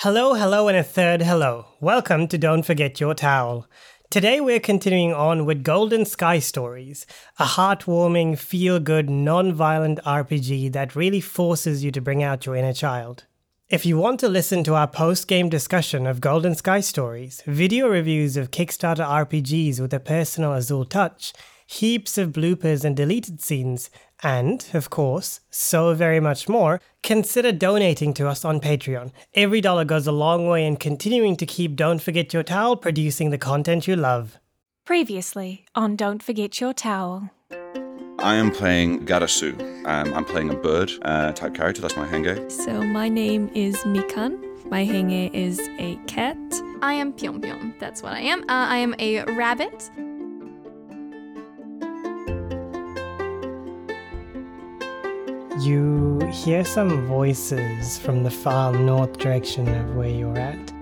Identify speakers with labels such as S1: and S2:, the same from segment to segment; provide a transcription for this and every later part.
S1: Hello, hello, and a third hello. Welcome to Don't Forget Your Towel. Today we're continuing on with Golden Sky Stories, a heartwarming, feel good, non violent RPG that really forces you to bring out your inner child. If you want to listen to our post game discussion of Golden Sky Stories, video reviews of Kickstarter RPGs with a personal Azul touch, heaps of bloopers and deleted scenes, and, of course, so very much more, consider donating to us on Patreon. Every dollar goes a long way in continuing to keep Don't Forget Your Towel producing the content you love.
S2: Previously on Don't Forget Your Towel.
S3: I am playing Garasu. Um, I'm playing a bird uh, type character. That's my hango.
S4: So my name is Mikan. My henge is a cat.
S5: I am Pyom Pyom. That's what I am. Uh, I am a rabbit.
S1: You hear some voices from the far north direction of where you're at.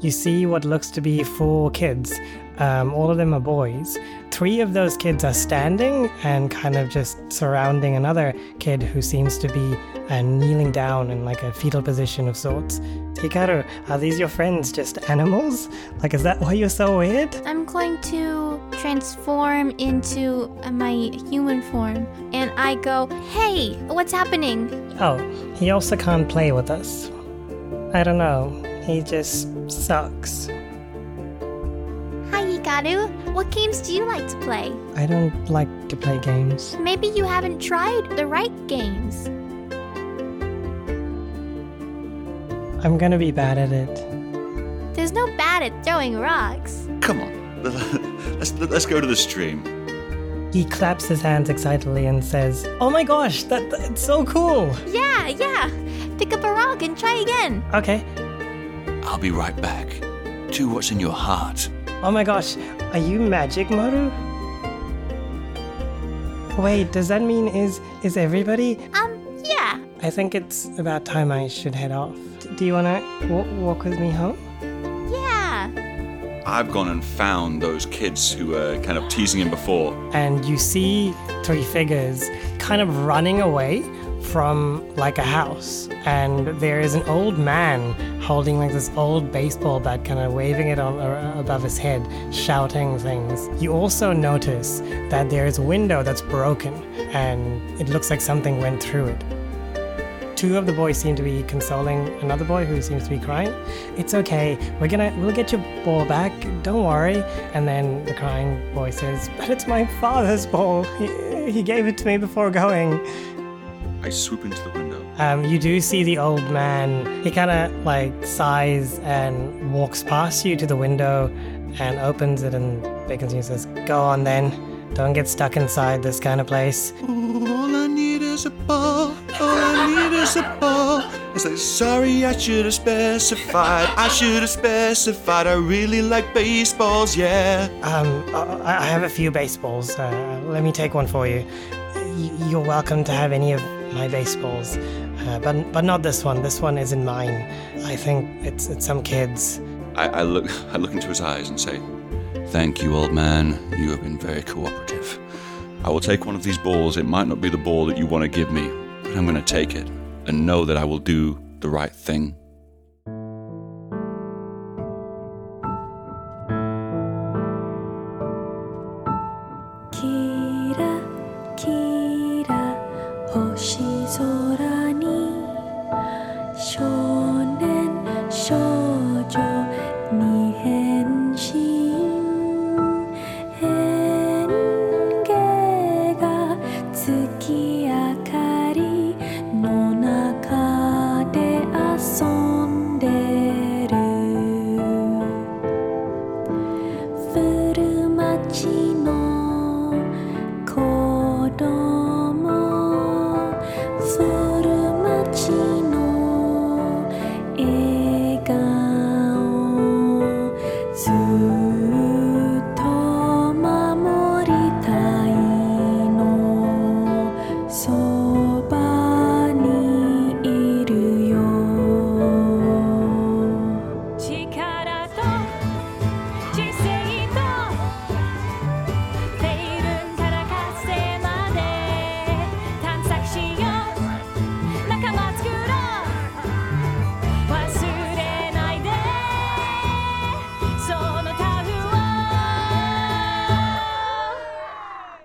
S1: You see what looks to be four kids. Um, all of them are boys. Three of those kids are standing and kind of just surrounding another kid who seems to be uh, kneeling down in like a fetal position of sorts. Hikaru, are these your friends just animals? Like, is that why you're so weird?
S6: I'm going to transform into uh, my human form. And I go, hey, what's happening?
S1: Oh, he also can't play with us. I don't know. He just sucks.
S6: Hi, Hikaru. What games do you like to play?
S1: I don't like to play games.
S6: Maybe you haven't tried the right games.
S1: I'm gonna be bad at it.
S6: There's no bad at throwing rocks.
S3: Come on, let's let's go to the stream.
S1: He claps his hands excitedly and says, Oh my gosh, that, that's so cool!
S6: Yeah, yeah. Pick up a rock and try again.
S1: Okay.
S3: I'll be right back. Do what's in your heart.
S1: Oh my gosh, are you magic, Maru? Wait, does that mean is is everybody?
S6: Um, yeah.
S1: I think it's about time I should head off. Do you wanna w- walk with me home?
S6: Yeah.
S3: I've gone and found those kids who were kind of teasing him before.
S1: and you see three figures kind of running away from like a house and there is an old man holding like this old baseball bat kind of waving it on uh, above his head shouting things you also notice that there is a window that's broken and it looks like something went through it two of the boys seem to be consoling another boy who seems to be crying. It's okay. We're gonna we'll get your ball back. Don't worry. And then the crying boy says, "But it's my father's ball. He, he gave it to me before going."
S3: I swoop into the window.
S1: Um, you do see the old man. He kind of like sighs and walks past you to the window, and opens it and beckons you and says, "Go on then. Don't get stuck inside this kind of place."
S3: All I need is a ball. All I need is a ball. It's like, sorry, I should have specified. I should have specified. I really like baseballs, yeah.
S1: Um, I, I have a few baseballs. Uh, let me take one for you. Y- You're welcome to have any of my baseballs, uh, but but not this one. This one isn't mine. I think it's it's some kids.
S3: I, I look I look into his eyes and say, Thank you, old man. You have been very cooperative. I will take one of these balls. It might not be the ball that you want to give me, but I'm gonna take it and know that I will do the right thing.
S4: Kira, kira, hoshi zora ni shonen shoujo ni henshin henge ga tsuki akari no naka de asonderu 古町の子供古町の笑顔ずっと守りたいのそばにいるよ力と人生と「定分から活性まで探索しよう」「仲間作ろう」「忘れ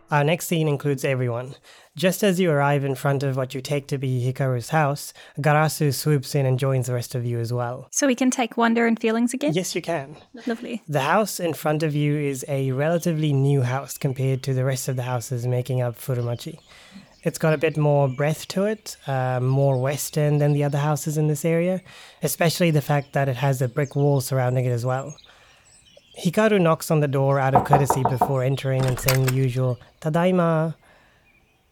S1: Our next scene includes everyone. Just as you arrive in front of what you take to be Hikaru's house, Garasu swoops in and joins the rest of you as well.
S2: So we can take wonder and feelings again?
S1: Yes, you can.
S2: Lovely.
S1: The house in front of you is a relatively new house compared to the rest of the houses making up Furumachi. It's got a bit more breadth to it, uh, more western than the other houses in this area, especially the fact that it has a brick wall surrounding it as well. Hikaru knocks on the door out of courtesy before entering and saying the usual "Tadaima."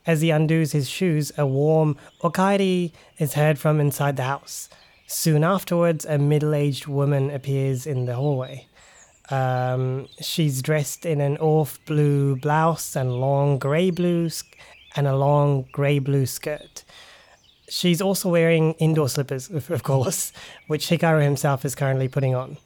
S1: As he undoes his shoes, a warm "Okairi" is heard from inside the house. Soon afterwards, a middle-aged woman appears in the hallway. Um, she's dressed in an off blue blouse and long grey blue sk- and a long grey blue skirt. She's also wearing indoor slippers, of of course, which Hikaru himself is currently putting on.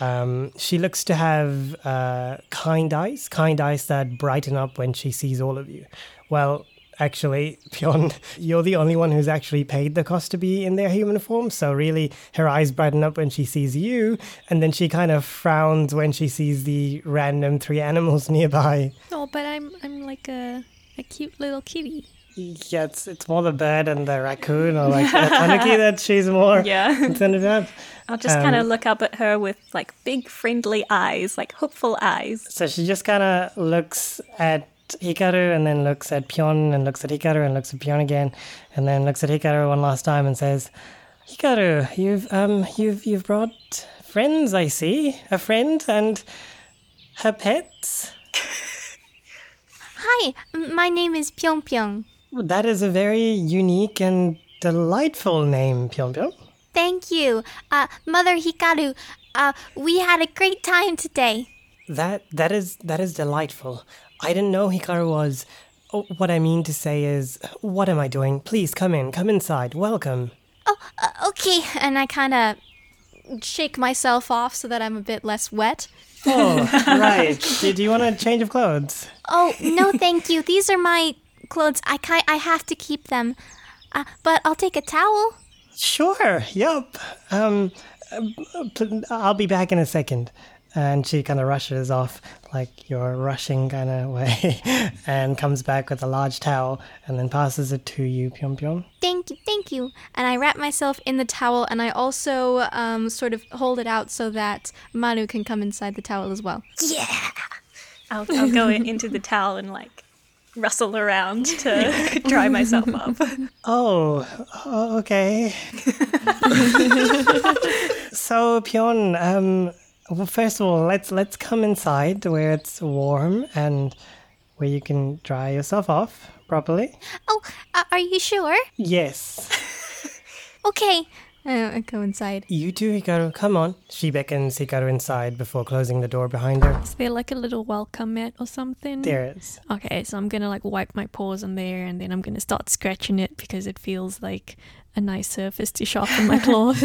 S1: Um, she looks to have uh, kind eyes, kind eyes that brighten up when she sees all of you. Well, actually, Pion, you're the only one who's actually paid the cost to be in their human form, so really her eyes brighten up when she sees you, and then she kind of frowns when she sees the random three animals nearby.
S4: No, but I'm I'm like a a cute little kitty.
S1: Yeah, it's, it's more the bird and the raccoon, or like Tanuki that she's more.
S2: Yeah.
S1: Instead up.
S2: I'll just kind of look up at her with like big friendly eyes, like hopeful eyes.
S1: So she just kind of looks at Hikaru and then looks at Pion and looks at Hikaru and looks at Pion again, and then looks at Hikaru one last time and says, "Hikaru, you've um you've you've brought friends, I see, a friend and her pets.
S6: Hi, m- my name is Pyong Pyong.
S1: That is a very unique and delightful name, Pion Pion.
S6: Thank you. Uh, Mother Hikaru, uh, we had a great time today.
S1: That that is that is delightful. I didn't know Hikaru was. Oh, what I mean to say is, what am I doing? Please come in, come inside. Welcome."
S6: Oh, uh, okay. And I kind of shake myself off so that I'm a bit less wet.
S1: Oh, right. Do, do you want a change of clothes?
S6: Oh, no, thank you. These are my clothes. I ki- I have to keep them. Uh, but I'll take a towel.
S1: Sure. Yep. Um, uh, pl- I'll be back in a second. And she kind of rushes off like your rushing kind of way and comes back with a large towel and then passes it to you, Pyong Pyong.
S6: Thank you, thank you. And I wrap myself in the towel and I also um, sort of hold it out so that Manu can come inside the towel as well.
S2: I'll, I'll go in- into the towel and like rustle around to dry myself up.
S1: Oh, o- okay. so, Pion, um, well, first of all, let's let's come inside where it's warm and where you can dry yourself off properly.
S6: Oh, uh, are you sure?
S1: Yes.
S6: Okay. Uh, I go inside.
S1: You too, Hikaru. Come on. She beckons Hikaru inside before closing the door behind her.
S4: Is there like a little welcome mat or something?
S1: There it is.
S4: Okay, so I'm gonna like wipe my paws on there, and then I'm gonna start scratching it because it feels like a nice surface to sharpen my claws.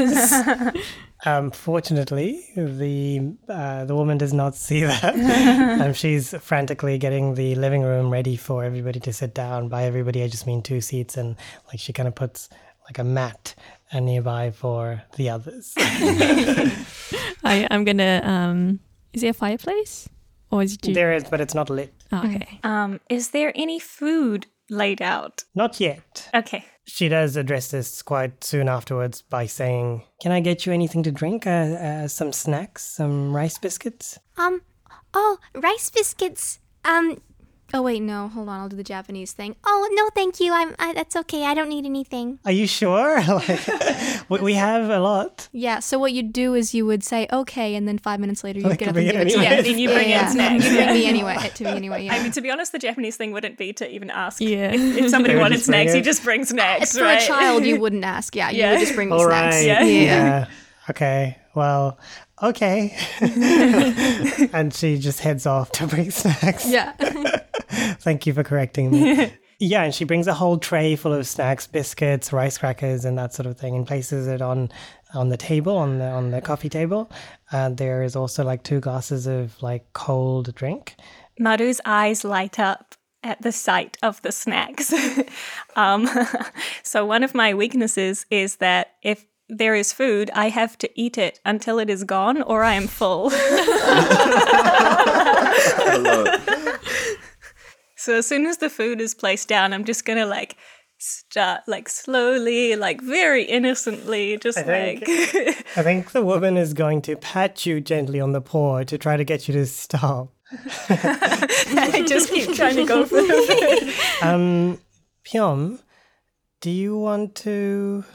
S1: Um, fortunately, the uh, the woman does not see that. um, she's frantically getting the living room ready for everybody to sit down. By everybody, I just mean two seats, and like she kind of puts like a mat uh, nearby for the others.
S4: I, I'm gonna. Um, is there a fireplace, or is it you?
S1: there is, but it's not lit.
S4: Oh, okay.
S2: Um, is there any food laid out?
S1: Not yet.
S2: Okay.
S1: She does address this quite soon afterwards by saying, "Can I get you anything to drink? Uh, uh, some snacks, some rice biscuits."
S6: Um, oh, rice biscuits. Um, oh wait, no, hold on. I'll do the Japanese thing. Oh no, thank you. I'm. I, that's okay. I don't need anything.
S1: Are you sure? like, we, we have a lot.
S5: Yeah, so what you'd do is you would say, okay, and then five minutes later you
S1: Like,
S5: get
S1: can
S5: up
S1: we
S5: and give
S1: get
S5: it to
S1: any-
S5: me.
S2: Yeah, then you bring in snacks.
S5: You bring me anyway. To me anyway, yeah.
S2: I mean, to be honest, the Japanese thing wouldn't be to even ask.
S4: Yeah.
S2: If, if somebody
S1: They would
S2: wanted
S1: just bring
S2: snacks, you
S1: it.
S2: just bring snacks,
S5: Uh, For
S2: right?
S5: a child, you wouldn't ask. Yeah, you
S2: Yeah.
S5: would just bring me
S1: All right.
S5: snacks.
S2: Yeah.
S1: Yeah. Okay. Well, okay. and she just heads off to bring snacks.
S5: Yeah.
S1: Thank you for correcting me. yeah, and she brings a whole tray full of snacks, biscuits, rice crackers, and that sort of thing, and places it on on the table on the on the coffee table. Uh, there is also like two glasses of like cold drink.
S2: Maru's eyes light up at the sight of the snacks. um, so, one of my weaknesses is that if there is food, I have to eat it until it is gone or I am full.
S3: I love it.
S2: So as soon as the food is placed down, I'm just gonna like start like slowly, like very innocently, just
S1: think-
S2: like
S1: I think the woman is going to pat you gently on the paw to try to get you to stop.
S2: I just keep trying to go for the food.
S1: Um, Pyom, do you want to.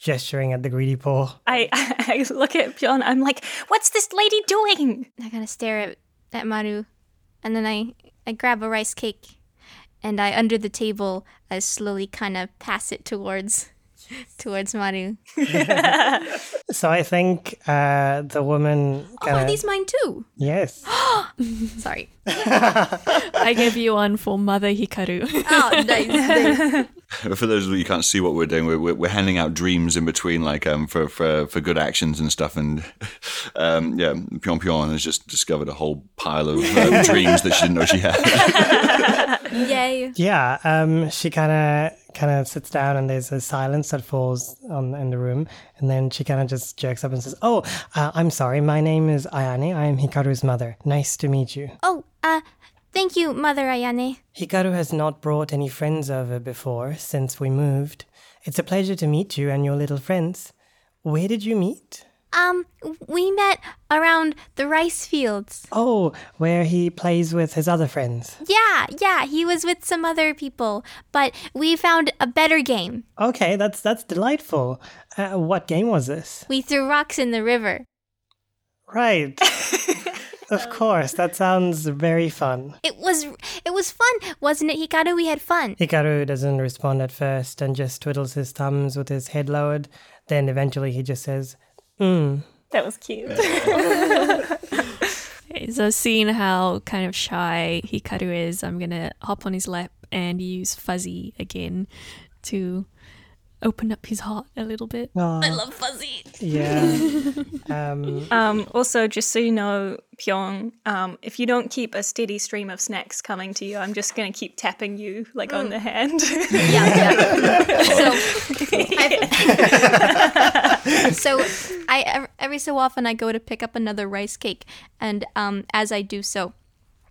S1: gesturing at the greedy paw?
S2: I, I I look at Bjorn. I'm like, what's this lady doing?
S6: I kind of stare at, at Maru, and then I, I grab a rice cake, and I under the table I slowly kind of pass it towards towards Maru.
S1: So I think uh, the woman.
S5: Oh,
S1: Kinda,
S5: are these mine too?
S1: Yes.
S5: Sorry.
S4: I gave you one for Mother Hikaru.
S5: Oh, nice.
S3: for those of you who can't see what we're doing, we're, we're, we're handing out dreams in between, like um, for, for for good actions and stuff. And um, yeah, Pion Pion has just discovered a whole pile of um, dreams that she didn't know she had.
S5: Yay.
S1: Yeah, um, she kind of kind of sits down, and there's a silence that falls on in the room, and then she kind of just jerks up and says, "Oh, uh, I'm sorry. My name is Ayane. I am Hikaru's mother. Nice to meet you."
S6: Oh, uh, thank you, Mother Ayane.
S1: Hikaru has not brought any friends over before since we moved. It's a pleasure to meet you and your little friends. Where did you meet?
S6: Um, we met around the rice fields.
S1: Oh, where he plays with his other friends.
S6: Yeah, yeah, he was with some other people, but we found a better game.
S1: Okay, that's that's delightful. Uh, what game was this?
S6: We threw rocks in the river.
S1: Right. of course, that sounds very fun.
S6: It was it was fun, wasn't it, Hikaru? We had fun.
S1: Hikaru doesn't respond at first and just twiddles his thumbs with his head lowered. Then eventually he just says, mm.
S2: That was cute.
S4: Okay, so seeing how kind of shy Hikaru is, I'm gonna hop on his lap and use Fuzzy again to open up his heart a little bit.
S1: I love fuzzy. Yeah. um,
S2: Um, also, just so you know, Pyong, um, if you don't keep a steady stream of snacks coming to you, I'm just going to keep tapping you like on the hand.
S5: So,
S6: so I ev- every so often I go to pick up another rice cake, and um, as I do so,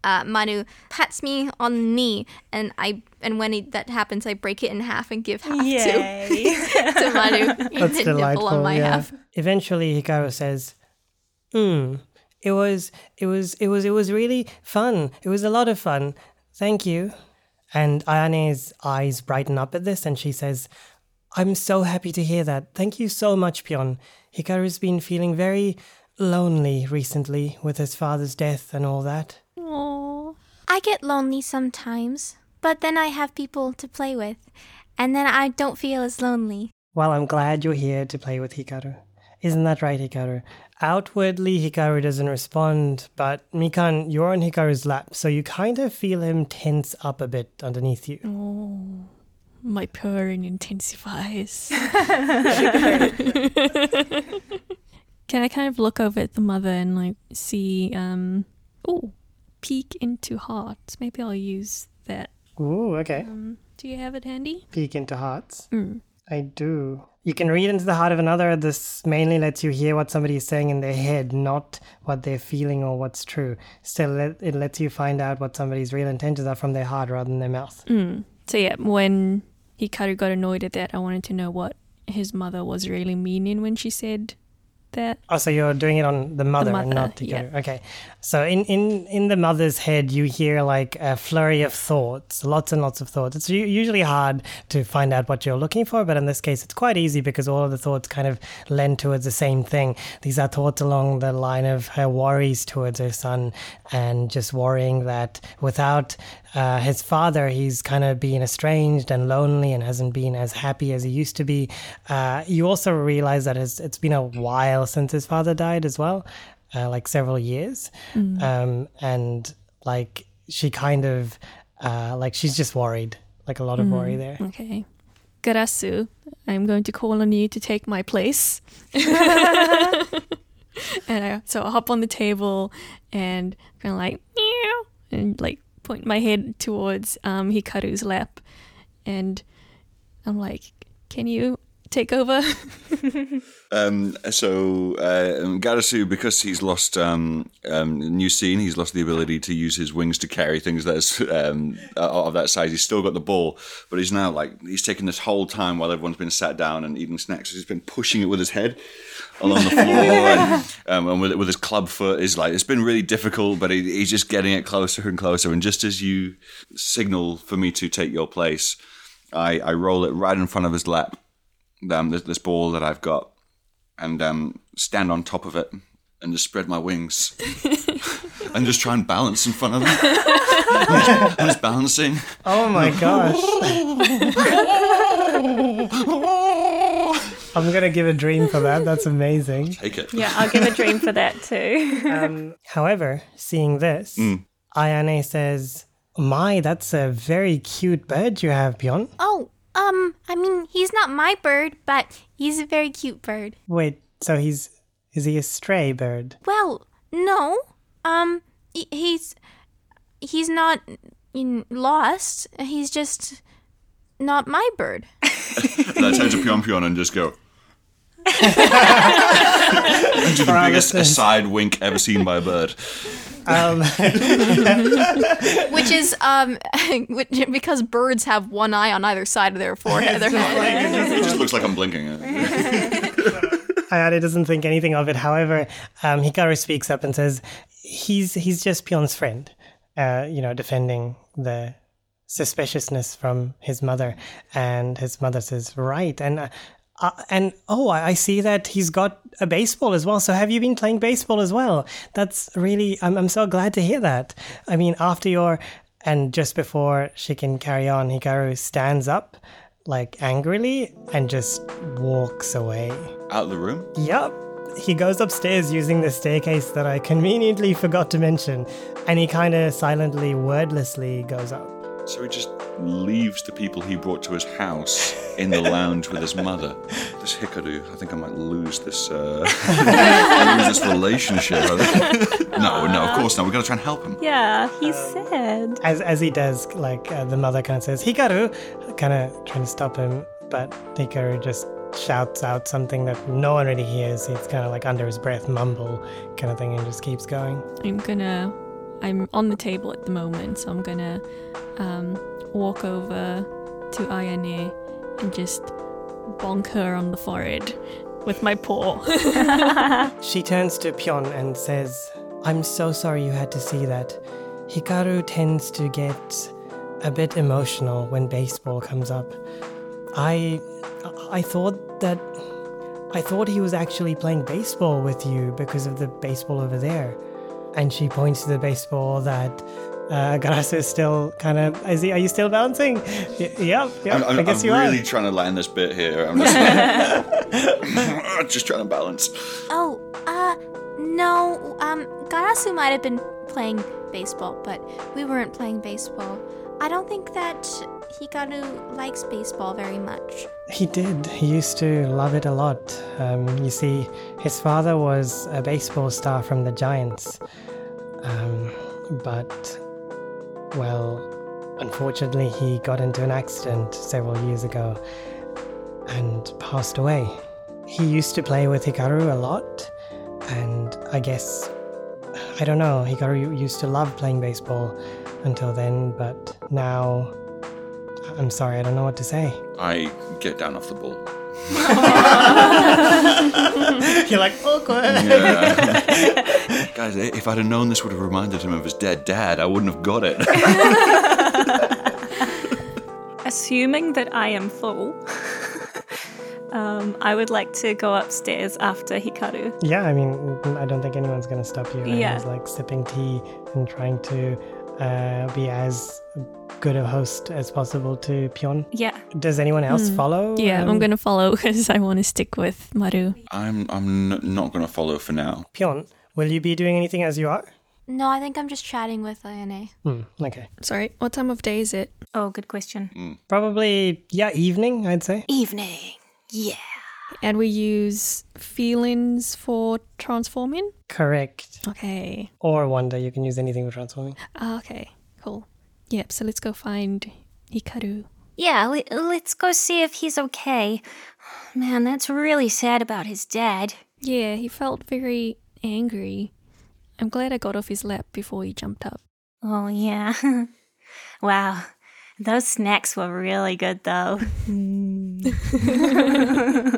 S6: uh, Manu pats me on the knee, and I and when he, that happens, I break it in half and give half to,
S2: Yay.
S6: to Manu.
S1: That's
S6: nibble
S1: delightful.
S6: on my
S1: yeah.
S6: half.
S1: Eventually, Hikaru says, "Hmm, it was, it was, it was, it was really fun. It was a lot of fun. Thank you." And Ayane's eyes brighten up at this, and she says, "I'm so happy to hear that. Thank you so much, Pion. Hikaru's been feeling very lonely recently with his father's death and all that."
S4: Aww.
S6: I get lonely sometimes, but then I have people to play with, and then I don't feel as lonely.
S1: Well, I'm glad you're here to play with Hikaru. Isn't that right, Hikaru? Outwardly, Hikaru doesn't respond, but Mikan, you're on Hikaru's lap, so you kind of feel him tense up a bit underneath you.
S4: My purring intensifies. Can I kind of look over at the mother and like see um oh peek into heart. Maybe I'll use that.
S1: Ooh, okay.
S4: Do you have it handy? Mm.
S1: Peek into hearts. I do. You can read into the heart of another. This mainly lets you hear what somebody is saying in their head, not what they're feeling or what's true. Still, it it lets you find out what somebody's real intentions are from their heart rather than their mouth.
S4: Mm. So yeah, when Hikaru got annoyed at that, I wanted to know what his mother was really meaning when she said that.
S1: Oh, so you're doing it on the mother, and
S4: mother,
S1: not the
S4: yeah.
S1: kiddo. Okay. So in, in, in the mother's head, you hear like a flurry of thoughts, lots and lots of thoughts. It's u- usually hard to find out what you're looking for, but in this case, it's quite easy because all of the thoughts kind of lend towards the same thing. These are thoughts along the line of her worries towards her son and just worrying that without uh, his father, he's kind of been estranged and lonely and hasn't been as happy as he used to be. Uh, you also realize that it's, it's been a while since his father died as well, uh, like several years. Um, and like she kind of, uh, like she's just worried, like a lot of worry there.
S4: Okay. Garasu, I'm going to call on you to take my place. and I, so I hop on the table and kind of like, meow, and like point my head towards um, Hikaru's lap. And I'm like, can you take over?
S3: Um, so uh, um, Garasu, because he's lost um, um, new scene, he's lost the ability to use his wings to carry things that's um, out of that size. He's still got the ball, but he's now like he's taken this whole time while everyone's been sat down and eating snacks. He's been pushing it with his head along the floor and, um, and with with his club foot. Is like it's been really difficult, but he, he's just getting it closer and closer. And just as you signal for me to take your place, I, I roll it right in front of his lap. Um, this, this ball that I've got, and um, stand on top of it and just spread my wings and just try and balance in front of them. I'm just balancing.
S1: Oh my gosh. I'm going to give a dream for that. That's amazing.
S3: Take it.
S2: Yeah, I'll give a dream for that too.
S1: However, seeing this, Ayane says, My, that's a very cute bird you have, Pion.
S6: Oh, um, I mean, he's not my bird, but he's a very cute bird.
S1: Wait, so he's. Is he a stray bird?
S6: Well, no. Um, he- he's he's not mm, lost. He's just not my bird.
S3: And I turn to Pion Pion and just go. and do the biggest side wink ever seen by a bird.
S1: Um,
S6: Which is um, which, because birds have one eye on either side of their forehead. They're not like-
S3: It just looks like I'm blinking.
S1: Ayane doesn't think anything of it. However, um, Hikaru speaks up and says, He's, he's just Pion's friend, uh, you know, defending the suspiciousness from his mother. And his mother says, Right. And. Uh, uh, and oh, I I see that he's got a baseball as well. So have you been playing baseball as well? That's really, I'm, I'm so glad to hear that. I mean, after your, and just before she can carry on, Hikaru stands up like angrily and just walks away.
S3: Out of the room.
S1: Yep. He goes upstairs using the staircase that I conveniently forgot to mention, and he kind of silently, wordlessly goes up.
S3: So he just leaves the people he brought to his house in the lounge with his mother. This Hikaru, I think I might lose this uh, lose this relationship. I think. no, no, of course not. We've got to try and help him.
S2: yeah, he's sad.
S1: As as he does, like uh, the mother kind of says, "Hikaru," kind of trying to stop him, but Hikaru just shouts out something that no one really hears. It's kind of like under his breath, mumble kind of thing, and just keeps going.
S4: I'm gonna. I'm on the table at the moment, so I'm gonna um, walk over to Ayane and just bonk her on the forehead with my paw.
S1: She turns to Pion and says, I'm so sorry you had to see that. Hikaru tends to get a bit emotional when baseball comes up. I I thought that I thought he was actually playing baseball with you because of the baseball over there. And she points to the baseball that uh, Garasu is still kind of. Is he, are you still balancing? Y- yep, yep.
S3: I'm,
S1: i
S3: I'm,
S1: guess
S3: I'm
S1: you
S3: really
S1: are.
S3: trying to land this bit here. I'm just, just trying to balance.
S6: oh, uh, no. Um, Garasu might have been playing baseball, but we weren't playing baseball. I don't think that Hikaru likes baseball very much.
S1: He did. He used to love it a lot. Um, you see, his father was a baseball star from the Giants. Um, but, well, unfortunately, he got into an accident several years ago and passed away. He used to play with Hikaru a lot, and I guess, I don't know, Hikaru used to love playing baseball until then, but now, I'm sorry, I don't know what to say.
S3: I get down off the ball.
S1: You're like, awkward.
S3: Yeah. Guys, i- if I'd have known this would have reminded him of his dead dad, I wouldn't have got it.
S2: Assuming that I am full, um, I would like to go upstairs after Hikaru.
S1: Yeah, I mean, I don't think anyone's going to stop you.
S2: Yeah.
S1: Everyone's like sipping tea and trying to uh, be as good a host as possible to Pion.
S2: Yeah.
S1: Does anyone else follow?
S4: yeah,
S1: um,
S4: I'm gonna follow because I want to stick with Maru.
S3: I'm I'm n- not going to follow for now.
S1: Pion, will you be doing anything as you are?
S6: No, I think I'm just chatting with Ayane.
S1: Hmm, okay.
S4: Sorry, what time of day is it?
S2: Oh, good question.
S1: Probably, yeah, evening, I'd say.
S2: Evening. Yeah.
S4: And we use feelings for transforming.
S1: Correct.
S4: Okay.
S1: Or wonder, you can use anything for transforming.
S4: Ah, okay. Cool. Yep. So let's go find Hikaru
S7: Yeah, le- let's go see if he's okay. Man, that's really sad about his dad.
S4: Yeah, he felt very angry. I'm glad I got off his lap before he jumped up.
S7: Oh, yeah. wow. Those snacks were really good, though.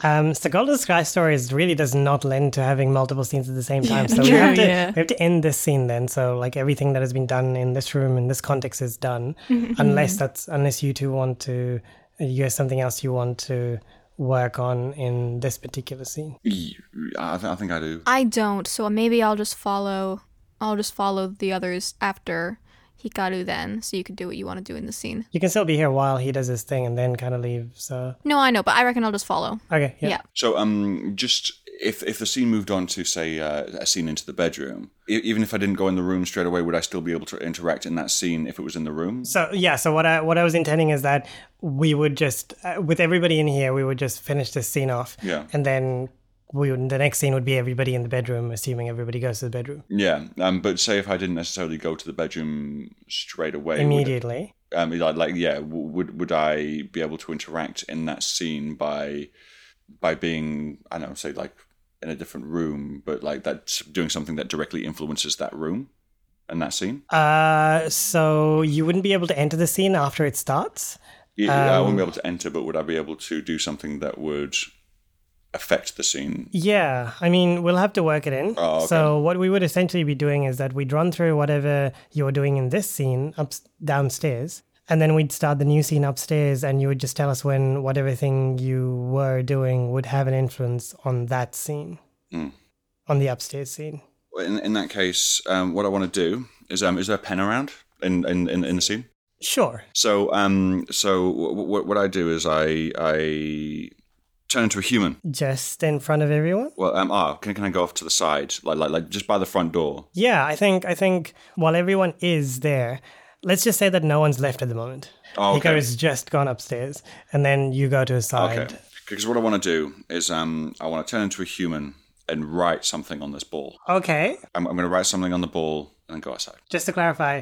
S1: Um, so Golden Sky Stories really does not lend to having multiple scenes at the same time. So we have, to,
S4: yeah.
S1: we have to end this scene then. So like everything that has been done in this room in this context is done,
S4: Mm-hmm.
S1: unless that's unless you two want to you have something else you want to work on in this particular scene.
S3: Y- I, th- I think I do.
S6: I don't, so maybe I'll just follow. I'll just follow the others after Hikaru then, so you can do what you want to do in the scene.
S1: You can still be here while he does his thing and then kind of leave. So
S6: No, I know, but I reckon I'll just follow.
S1: okay, yeah.
S6: Yeah.
S3: So, um, just if if the scene moved on to say uh, a scene into the bedroom, e- even if I didn't go in the room straight away, would I still be able to interact in that scene if it was in the room?
S1: So yeah, so what I what I was intending is that we would just uh, with everybody in here, we would just finish this scene off.
S3: Yeah.
S1: And then we would, the next scene would be everybody in the bedroom, assuming everybody goes to the bedroom
S3: Yeah. Um, but say if I didn't necessarily go to the bedroom straight away, would-
S1: immediately.
S3: um, like, like yeah, w- would would I be able to interact in that scene by by being I don't know, say like in a different room, but like that doing something that directly influences that room and that scene?
S1: Uh, so you wouldn't be able to enter the scene after it starts.
S3: Yeah, I wouldn't be able to enter, but would I be able to do something that would affect the scene?
S1: Yeah, I mean, we'll have to work it in.
S3: Oh, okay.
S1: So, what we would essentially be doing is that we'd run through whatever you're doing in this scene up downstairs, and then we'd start the new scene upstairs, and you would just tell us when whatever thing you were doing would have an influence on that scene,
S3: Mm.
S1: on the upstairs scene.
S3: In, in that case, um, what I want to do is um, is there a pen around in in, in, in the scene?
S1: Sure.
S3: So um so w- w- what I do is I I turn into a human.
S1: Just in front of everyone.
S3: Well, um, ah, can, can I go off to the side, like, like, like just by the front door?
S1: Yeah, I think I think while everyone is there, let's just say that no one's left at the moment.
S3: Oh, okay.
S1: Hikaru's just gone upstairs, and then you go to his side.
S3: Okay. Because what I want to do is, um, I want to turn into a human and write something on this ball.
S1: Okay.
S3: I'm, I'm going to write something on the ball and then go outside.
S1: Just to clarify,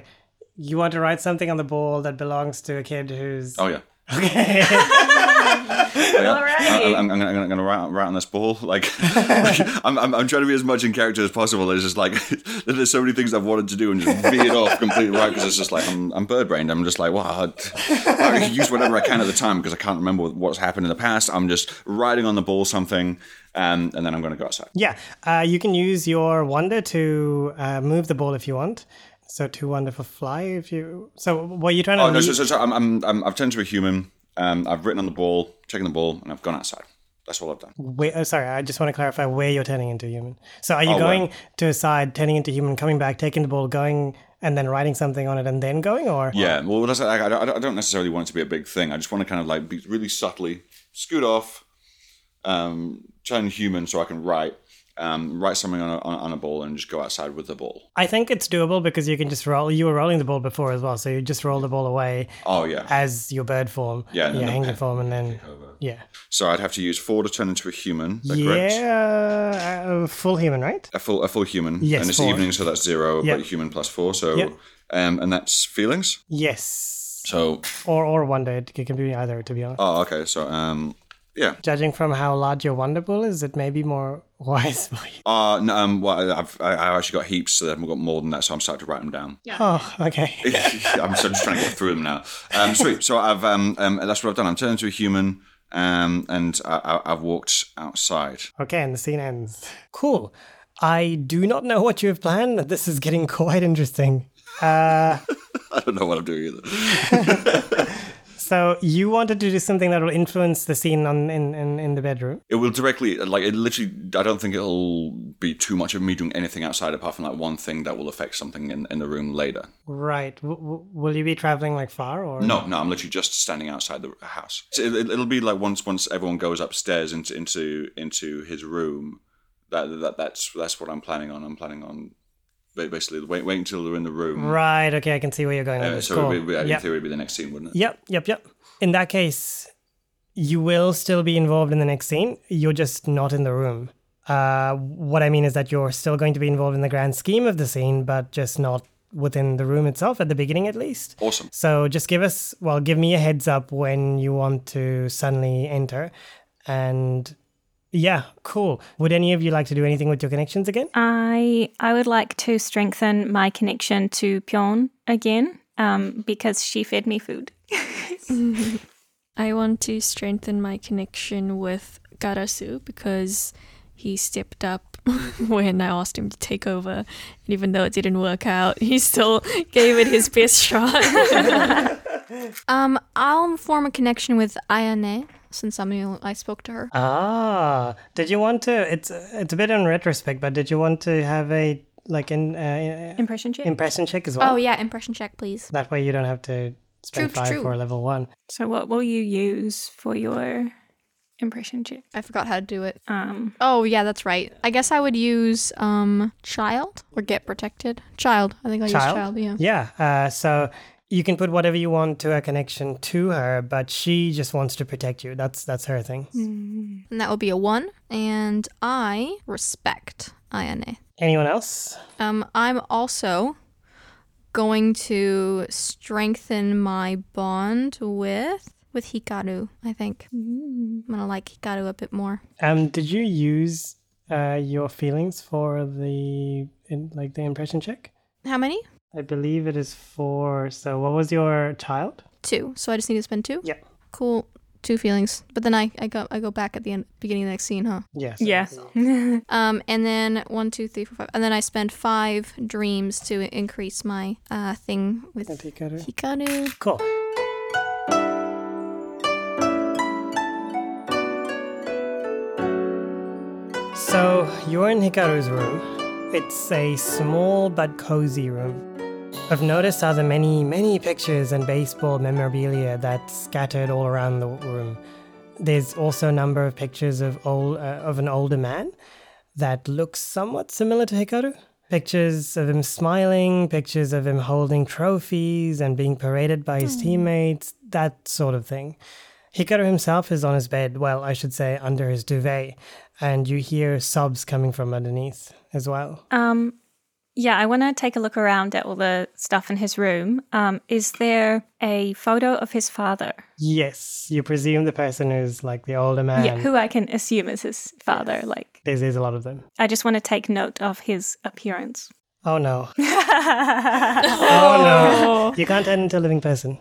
S1: you want to write something on the ball that belongs to a kid who's.
S3: Oh yeah.
S1: Okay.
S3: All right. I, I'm, I'm going to write, write on this ball. Like, I'm, I'm, I'm trying to be as much in character as possible. It's just like there's so many things I've wanted to do and just veered off completely right because it's just like I'm, I'm bird brained. I'm just like, wow, I, I use whatever I can at the time because I can't remember what's happened in the past. I'm just writing on the ball something, um, and then I'm going to go outside.
S1: yeah, uh, you can use your wonder to uh, move the ball if you want. So two wonder for fly if you. So what are you trying to?
S3: Oh no!
S1: lea-
S3: So, so, so I'm, I'm, I'm, I've turned to a human. Um, I've written on the ball, taken the ball, and I've gone outside. That's all I've done.
S1: Wait, oh, sorry, I just want to clarify where you're turning into human. So are you
S3: Oh,
S1: going
S3: well.
S1: to a side, turning into human, coming back, taking the ball, going, and then writing something on it, and then going, or
S3: Yeah. Well, that's, I, I don't- I don't necessarily want it to be a big thing. I just want to kind of like be really subtly scoot off, um, turn human so I can write, um, write something on a, on, on a ball and just go outside with the ball.
S1: I think it's doable because you can just roll. You were rolling the ball before as well, so you just roll the ball away
S3: Oh yeah.
S1: as your bird form,
S3: Yeah, and then
S1: your
S3: the
S1: hanger
S3: pen
S1: form, and then yeah.
S3: So I'd have to use four to turn into a human. Is that correct?
S1: Yeah, uh, full human, right?
S3: A full, a full human.
S1: Yes,
S3: And it's
S1: four.
S3: evening, so that's zero.
S1: Yeah.
S3: But human plus four, so
S1: Yeah.
S3: um, and that's feelings.
S1: Yes,
S3: So
S1: or or wonder. It can be either, to be honest.
S3: oh okay. So um, yeah.
S1: Judging from how large your wonder pool is, it may be more wise for you.
S3: Uh, no, um, well, I've I, I've actually got heaps, so I've got more than that, so I'm starting to write them down.
S1: Oh, okay.
S3: I'm so just trying to get through them now. Um, sweet. So I've um, um, that's what I've done. I'm turned into a human, um, and I, I, I've walked outside.
S1: Okay, and the scene ends. Cool. I do not know what you have planned. This is getting quite interesting.
S3: I don't know what I'm doing either.
S1: So you wanted to do something that will influence the scene on in, in, in the bedroom.
S3: It will directly, like, it literally. I don't think it'll be too much of me doing anything outside, apart from like one thing that will affect something in, in the room later.
S1: Right. W- w- will you be traveling like far or?
S3: No, no, I'm literally just standing outside the house. So it, it'll be like once once everyone goes upstairs into into into his room. That, that that's that's what I'm planning on. I'm planning on ba- basically wait wait until they're in the room.
S1: Right. Okay, I can see where you're going. with
S3: Uh,
S1: this.
S3: so
S1: Cool.
S3: it would be, in
S1: Yep.
S3: theory, it would be the next scene, wouldn't it?
S1: Yep, yep, yep. In that case, you will still be involved in the next scene. You're just not in the room. Uh, what I mean is that you're still going to be involved in the grand scheme of the scene, but just not within the room itself at the beginning, at least.
S3: Awesome.
S1: So just give us, well, give me a heads up when you want to suddenly enter. And yeah, cool. Would any of you like to do anything with your connections again?
S2: I I would like to strengthen my connection to Pyon again um, because she fed me food.
S4: I want to strengthen my connection with Garasu because he stepped up when I asked him to take over. And even though it didn't work out, he still gave it his best shot.
S6: Um, I'll form a connection with Ayane since I'm new, I spoke to her.
S1: Ah, did you want to? It's it's a bit in retrospect, but did you want to have a like an uh,
S2: Impression check.
S1: impression check as well?
S6: oh yeah, impression check, please.
S1: That way you don't have to spend
S6: True,
S1: five
S6: true.
S1: for level one.
S2: so what will you use for your impression check?
S6: I forgot how to do it.
S2: Um,
S6: Oh yeah, that's right. I guess I would use um child or get protected. Child. I think I'll use child. Yeah.
S1: Yeah. Uh, so you can put whatever you want to a connection to her, but she just wants to protect you. That's that's her thing.
S6: Hmm. And that will be a one. And I respect Ayane.
S1: Anyone else?
S6: Um, I'm also going to strengthen my bond with with Hikaru. I think
S2: Mm.
S6: I'm gonna like Hikaru a bit more.
S1: Um, did you use uh, your feelings for the in, like the impression check?
S6: How many?
S1: I believe it is four. So what was your child?
S6: Two. So I just need to spend two.
S1: Yeah.
S6: Cool. Two feelings. But then I, I go I go back at the end beginning of the next scene, huh?
S1: Yes.
S2: yes.
S6: Um, and then one, two, three, four, five, and then I spend five dreams to increase my uh thing with
S1: Hikaru.
S6: Hikaru.
S1: Cool. So you're in Hikaru's room. It's a small but cozy room. I've noticed are the many, many pictures and baseball memorabilia that's scattered all around the room. There's also a number of pictures of old, uh, of an older man that looks somewhat similar to Hikaru. Pictures of him smiling, pictures of him holding trophies and being paraded by his teammates, that sort of thing. Hikaru himself is on his bed, well, I should say under his duvet, and you hear sobs coming from underneath as well.
S2: Um, yeah, I want to take a look around at all the stuff in his room. Um, is there a photo of his father?
S1: Yes, you presume the person who's like the older man.
S2: yeah, who I can assume is his father. Like,
S1: there's, there's a lot of them.
S2: I just want to take note of his appearance.
S1: Oh no. Oh no. You can't turn into a living person.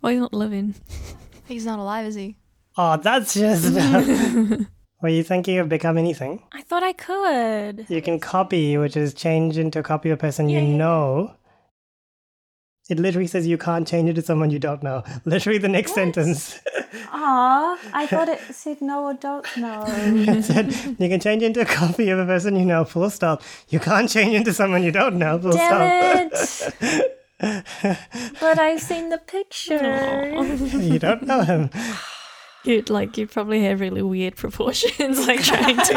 S4: Why not living?
S6: He's not alive, is he?
S1: Oh, that's just. Were you thinking of become anything?
S7: I thought I could.
S1: You can copy, which is change into a copy of a person you know. It literally says you can't change it to someone you don't know. Literally, the next sentence
S7: Aw, I thought it said no adults, no.
S1: it said you can change into a copy of a person you know. Full stop. You can't change into someone you don't know. Full
S7: Damn
S1: stop.
S7: but I've seen the picture.
S1: you don't know him.
S4: You'd like you'd probably have really weird proportions, like trying to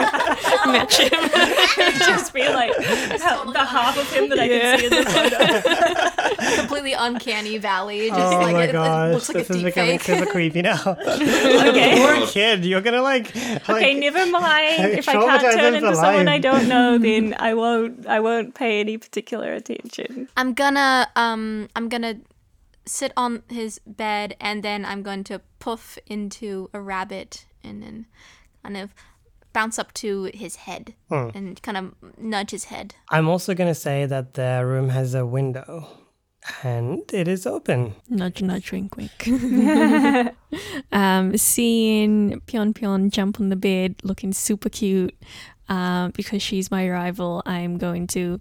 S4: match him.
S2: just be like the half of him that I can see in the photo.
S6: Completely uncanny valley. Just
S1: Oh
S6: like
S1: my
S6: it, it
S1: gosh,
S6: looks like
S1: this
S6: a
S1: is
S6: deep
S1: becoming
S6: fake.
S1: super creepy now.
S2: okay.
S1: Poor kid, you're gonna like. like
S2: Okay, never mind. If I
S1: Traumatize
S2: can't
S1: him
S2: turn
S1: for
S2: into someone I
S1: life.
S2: don't know, then I won't. I won't pay any particular attention.
S6: I'm gonna um I'm gonna sit on his bed and then I'm going to puff into a rabbit and then kind of bounce up to his head and kind of nudge his head.
S1: I'm also gonna say that the room has a window, and it is open.
S4: nudge, nudge, wink, wink. um, seeing Pion Pion jump on the bed, looking super cute, um, because she's my rival. I'm going to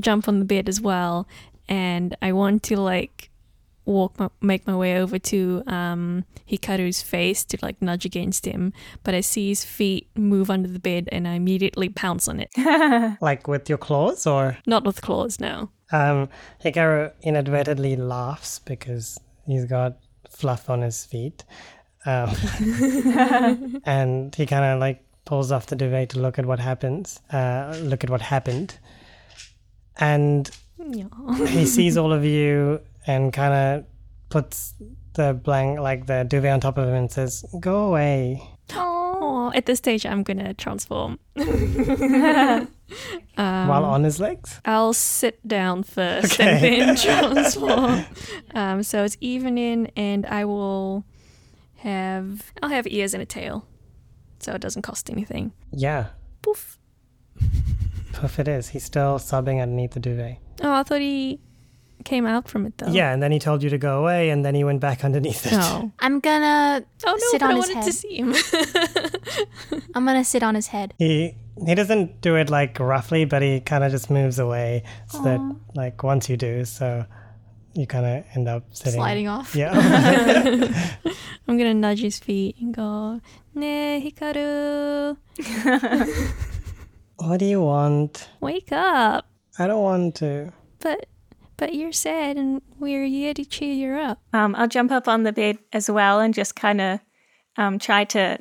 S4: jump on the bed as well, and I want to like walk, my, make my way over to um, Hikaru's face to like nudge against him. But I see his feet move under the bed, and I immediately pounce on it.
S1: like with your claws or
S4: Not with claws, no.
S1: um Hikaru inadvertently laughs because he's got fluff on his feet um, and he kind of like pulls off the duvet to look at what happens uh look at what happened and he sees all of you and kind of puts the blank like the duvet on top of him and says go away
S4: Oh, at this stage, I'm gonna transform.
S1: while on his legs.
S4: I'll sit down first and then transform. um, so it's evening, and I will have I'll have ears and a tail, so it doesn't cost anything.
S1: Yeah.
S4: Poof.
S1: Poof it is. He's still sobbing underneath the duvet.
S4: Oh, I thought he came out from it though.
S1: Yeah, and then he told you to go away, and then he went back underneath it.
S4: Oh.
S6: I'm gonna
S4: Oh no!
S6: sit
S4: but
S6: on
S4: I
S6: his
S4: wanted
S6: head.
S4: to see him.
S6: I'm gonna sit on his head.
S1: He he doesn't do it like roughly, but he kind of just moves away so that like once you do, so you kind of end up sitting.
S6: Sliding off.
S1: Yeah.
S4: I'm gonna nudge his feet and go, "Ne Hikaru,
S1: what do you want?
S4: wake up!"
S1: I don't want to.
S4: But but you're sad, and we're here to cheer you up.
S2: Um, I'll jump up on the bed as well and just kind of um, try to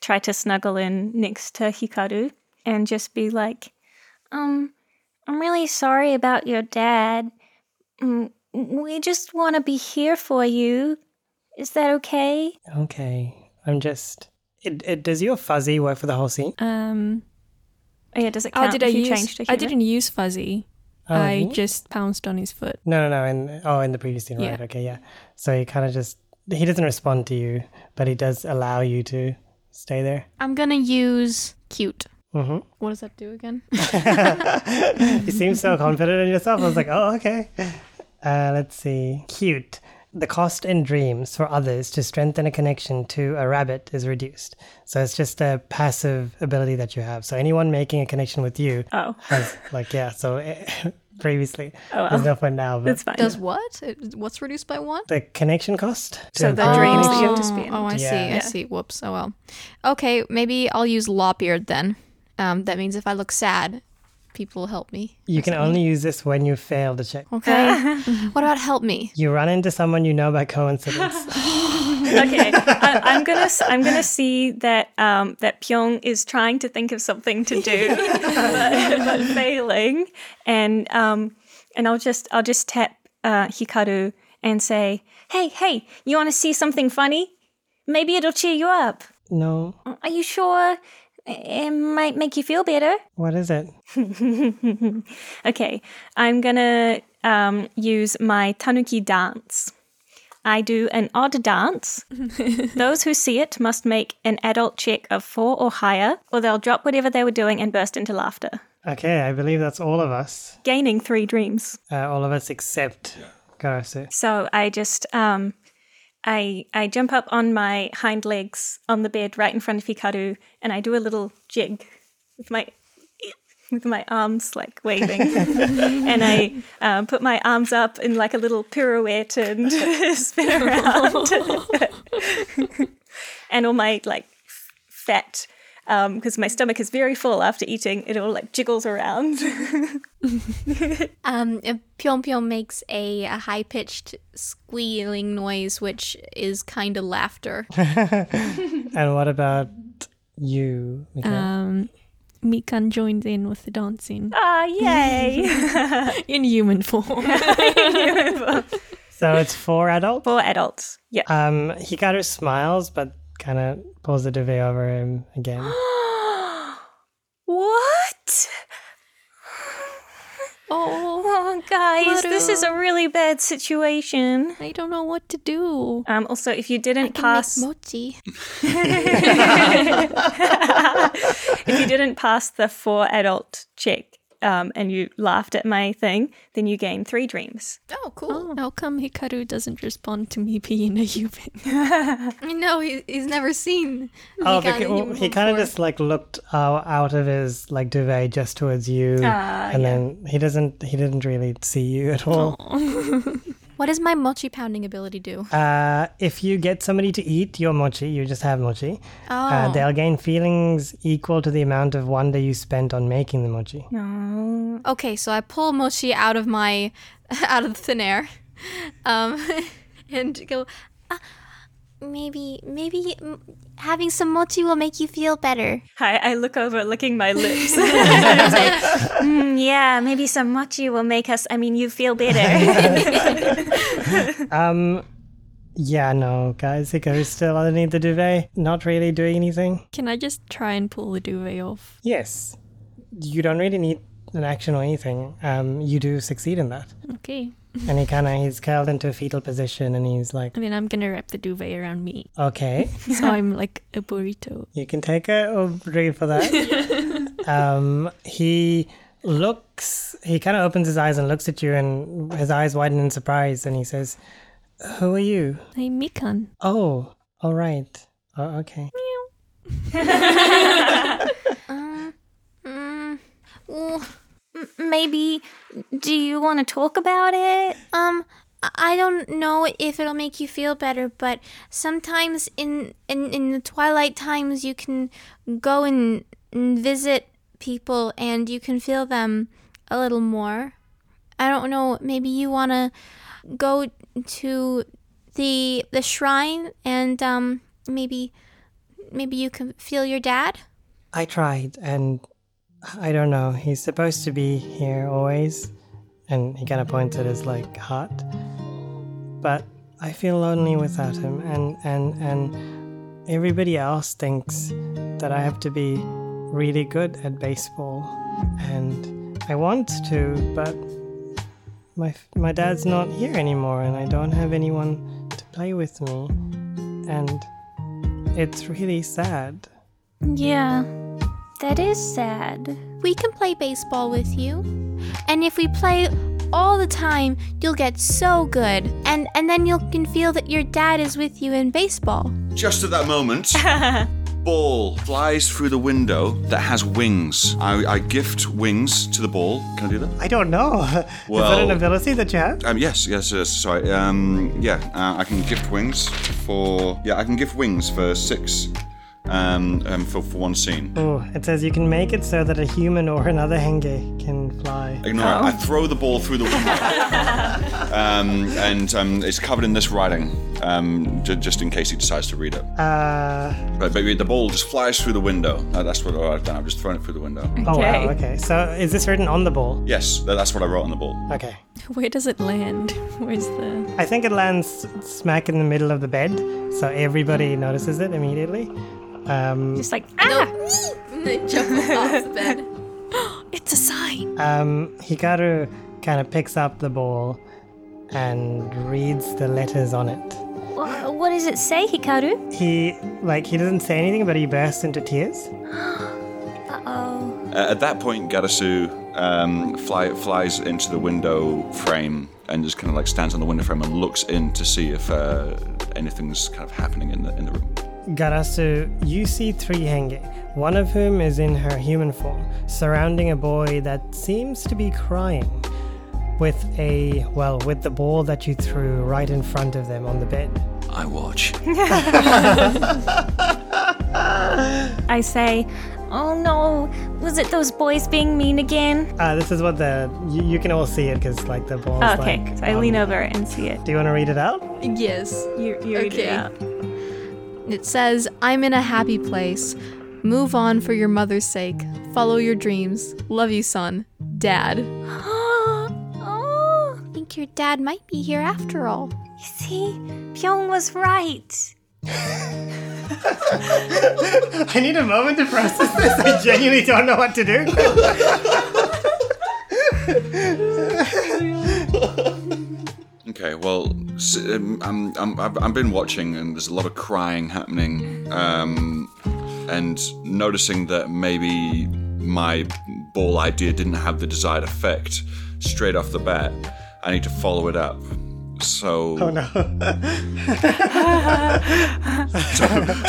S2: try to snuggle in next to Hikaru and just be like,
S7: Um, I'm really sorry about your dad. Mm, We just want to be here for you. Is that okay?
S1: Okay. I'm just. It, it, does your fuzzy work for the whole scene?
S4: Um,
S2: oh, "Yeah, does it count
S4: oh, did
S2: if
S4: I
S2: you
S4: use?
S2: change to
S4: I
S2: human?
S4: didn't use fuzzy.
S1: Oh,
S4: I
S1: you-
S4: just pounced on his foot.
S1: No, no, no. In oh, in the previous scene, right?
S4: Yeah.
S1: Okay, yeah. So he kind of just he doesn't respond to you, but he does allow you to stay there.
S6: I'm gonna use cute.
S1: hmm
S6: What does that do again?
S1: You seem so confident in yourself. I was like, oh, okay. Uh, let's see. Cute. The cost in dreams for others to strengthen a connection to a rabbit is reduced. So it's just a passive ability that you have. So anyone making a connection with you
S2: Oh,
S1: has, like, yeah, so eh, previously.
S2: Oh, well.
S1: There's no point now, but
S2: that's fine.
S6: Does what? It, what's reduced by one?
S1: the connection cost? to
S2: so the
S1: improve-
S2: dreams that you have to spend.
S6: Oh, I see.
S1: Yeah.
S6: I see. Whoops. Oh well. Okay, maybe I'll use lop-eared then. Um, that means if I look sad, people will help me.
S1: You can only use this when you fail the check.
S6: Okay. what about help me?
S1: You run into someone you know by coincidence.
S2: okay, I, I'm gonna s- I'm gonna see that um, that Pyong is trying to think of something to do, but, but failing, and um, and I'll just I'll just tap uh, Hikaru and say, "Hey, hey, you want to see something funny? Maybe it'll cheer you up.
S1: no.
S7: Are you sure it might make you feel better?
S1: What is it?
S2: Okay, I'm gonna um, use my tanuki dance. I do an odd dance. Those who see it must make an adult check of four or higher, or they'll drop whatever they were doing and burst into laughter,
S1: Okay, I believe that's all of us.
S2: gaining three dreams.
S1: Uh, all of us except Karasu.
S2: So I just um, I I jump up on my hind legs on the bed right in front of Hikaru, and I do a little jig with my with my arms like waving, and I um, put my arms up in like a little pirouette and spin around, and all my like f- fat. Because my stomach is very full after eating, it all like jiggles around.
S6: Um, Pyong Pyong makes a, a high-pitched squealing noise, which is kind of laughter.
S1: And what about you? Mikael?
S4: Um, Mikan joined in with the dancing
S2: Ah, yay!
S4: in human form.
S1: so it's four adults.
S2: For adults, yeah.
S1: Um, Hikaru smiles, but kind of pulls the duvet over him again.
S7: What?
S4: oh,
S7: Oh, guys, this is a really bad situation.
S4: I don't know what to do.
S2: Um, also, if you
S6: I
S2: didn't
S6: can make
S2: pass,
S6: mochi.
S2: if you didn't pass the four adult check, um, and you laughed at my thing, then you gain three dreams.
S6: Oh, cool.
S4: How come Hikaru doesn't respond to me being a human?
S6: I mean, no, he, he's never seen.
S1: Oh,
S6: Mika in
S1: because, well,
S6: human
S1: he
S6: form
S1: kind of
S6: before.
S1: just like looked uh, out of his like duvet just towards you, and then he doesn't. He didn't really see you at all.
S6: What does my mochi pounding ability do?
S1: Uh, if you get somebody to eat your mochi, you just have mochi. Uh, they'll gain feelings equal to the amount of wonder you spent on making the mochi.
S6: Okay, so I pull Mochi out of my out of thin air, um, and go.
S7: Maybe, maybe mm, having some mochi will make you feel better.
S2: Hi, I look over, licking my lips.
S7: Mm, yeah, maybe some mochi will make us, I mean, you feel better.
S1: Yeah, no, guys, Hikaru's still underneath the duvet, not really doing anything.
S4: Can I just try and pull the duvet off?
S1: Yes. You don't really need an action or anything, um, you do succeed in that.
S4: Okay.
S1: And he kind of he's curled into a fetal position, and he's like,
S4: And then I'm gonna wrap the duvet around me.
S1: "Okay,
S4: So I'm like a burrito.
S1: you can take a obri for that." um, he looks. He kind of opens his eyes and looks at you, and his eyes widen in surprise, and he says, "Who are you?"
S4: I'm Mikan.
S1: Oh, all right. Oh, okay.
S6: Ooh,
S7: Mm, Maybe, do you want to talk about it?
S6: um, I- I don't know if it'll make you feel better, but sometimes in in, in the twilight times you can go and, and visit people and you can feel them a little more. I don't know. Maybe you want to go to the the shrine and um maybe maybe you can feel your dad.
S1: I tried, and I don't know. He's supposed to be here always, and he kind of points at his like heart. But I feel lonely without him, and and and everybody else thinks that I have to be really good at baseball, and I want to, but my f- my dad's not here anymore, and I don't have anyone to play with me, and it's really sad.
S7: Yeah, that is sad.
S6: We can play baseball with you. And if we play all the time, you'll get so good. And and then you can feel that your dad is with you in baseball.
S3: Just at that moment, ball flies through the window that has wings. I, I gift wings to the ball. Can I do that?
S1: I don't know. Is that
S3: Well-
S1: an ability that you have?
S3: Um, yes, yes, yes. Sorry. Um, yeah, uh, I can gift wings for. Yeah, I can gift wings for six. Um, um for, for one scene.
S1: Oh, it says you can make it so that a human or another henge can fly.
S3: Ignore it. I throw the ball through the window, um, and um, it's covered in this writing, um, j- just in case he decides to read it.
S1: Uh,
S3: But, but the ball just flies through the window. Uh, that's what I've done. I've just thrown it through the window.
S1: oh, wow,
S2: Okay.
S1: okay. So is this written on the ball?
S3: Yes, tha- that's what I wrote on the ball.
S1: Okay.
S4: Where does it land? Where's the
S1: I think it lands smack in the middle of the bed, so everybody notices it immediately. Um,
S2: Just like, ah!
S4: It's a sign.
S1: um, Hikaru kind of picks up the ball and reads the letters on it.
S7: Wha- What does it say, Hikaru?
S1: He, like, he doesn't say anything, but he bursts into tears.
S3: Uh, at that point, Garasu um, fly, flies into the window frame and just kind of like stands on the window frame and looks in to see if uh, anything's kind of happening in the in the room.
S1: Garasu, you see three henge, one of whom is in her human form, surrounding a boy that seems to be crying with a, well, with the ball that you threw right in front of them on the bed.
S3: I watch.
S7: I say, oh no, was it those boys being mean again?
S1: Uh, this is what the, you, you can all see it because like the ball's
S2: Oh, okay,
S1: like.
S2: so I
S1: um,
S2: lean over and see it.
S1: Do you want to read it out?
S5: Yes.
S2: You, you read it
S5: Okay.
S2: out.
S5: It says, I'm in a happy place. Move on for your mother's sake. Follow your dreams. Love you, son. Dad.
S7: oh,
S6: I think your dad might be here after all.
S7: you see, Pyong was right.
S1: I need a moment to process this. I genuinely don't know what to do.
S3: Okay, well, s- um, I'm, I'm, I've, I've been watching and there's a lot of crying happening, um, and noticing that maybe my ball idea didn't have the desired effect straight off the bat. I need to follow it up. So. Oh no. so,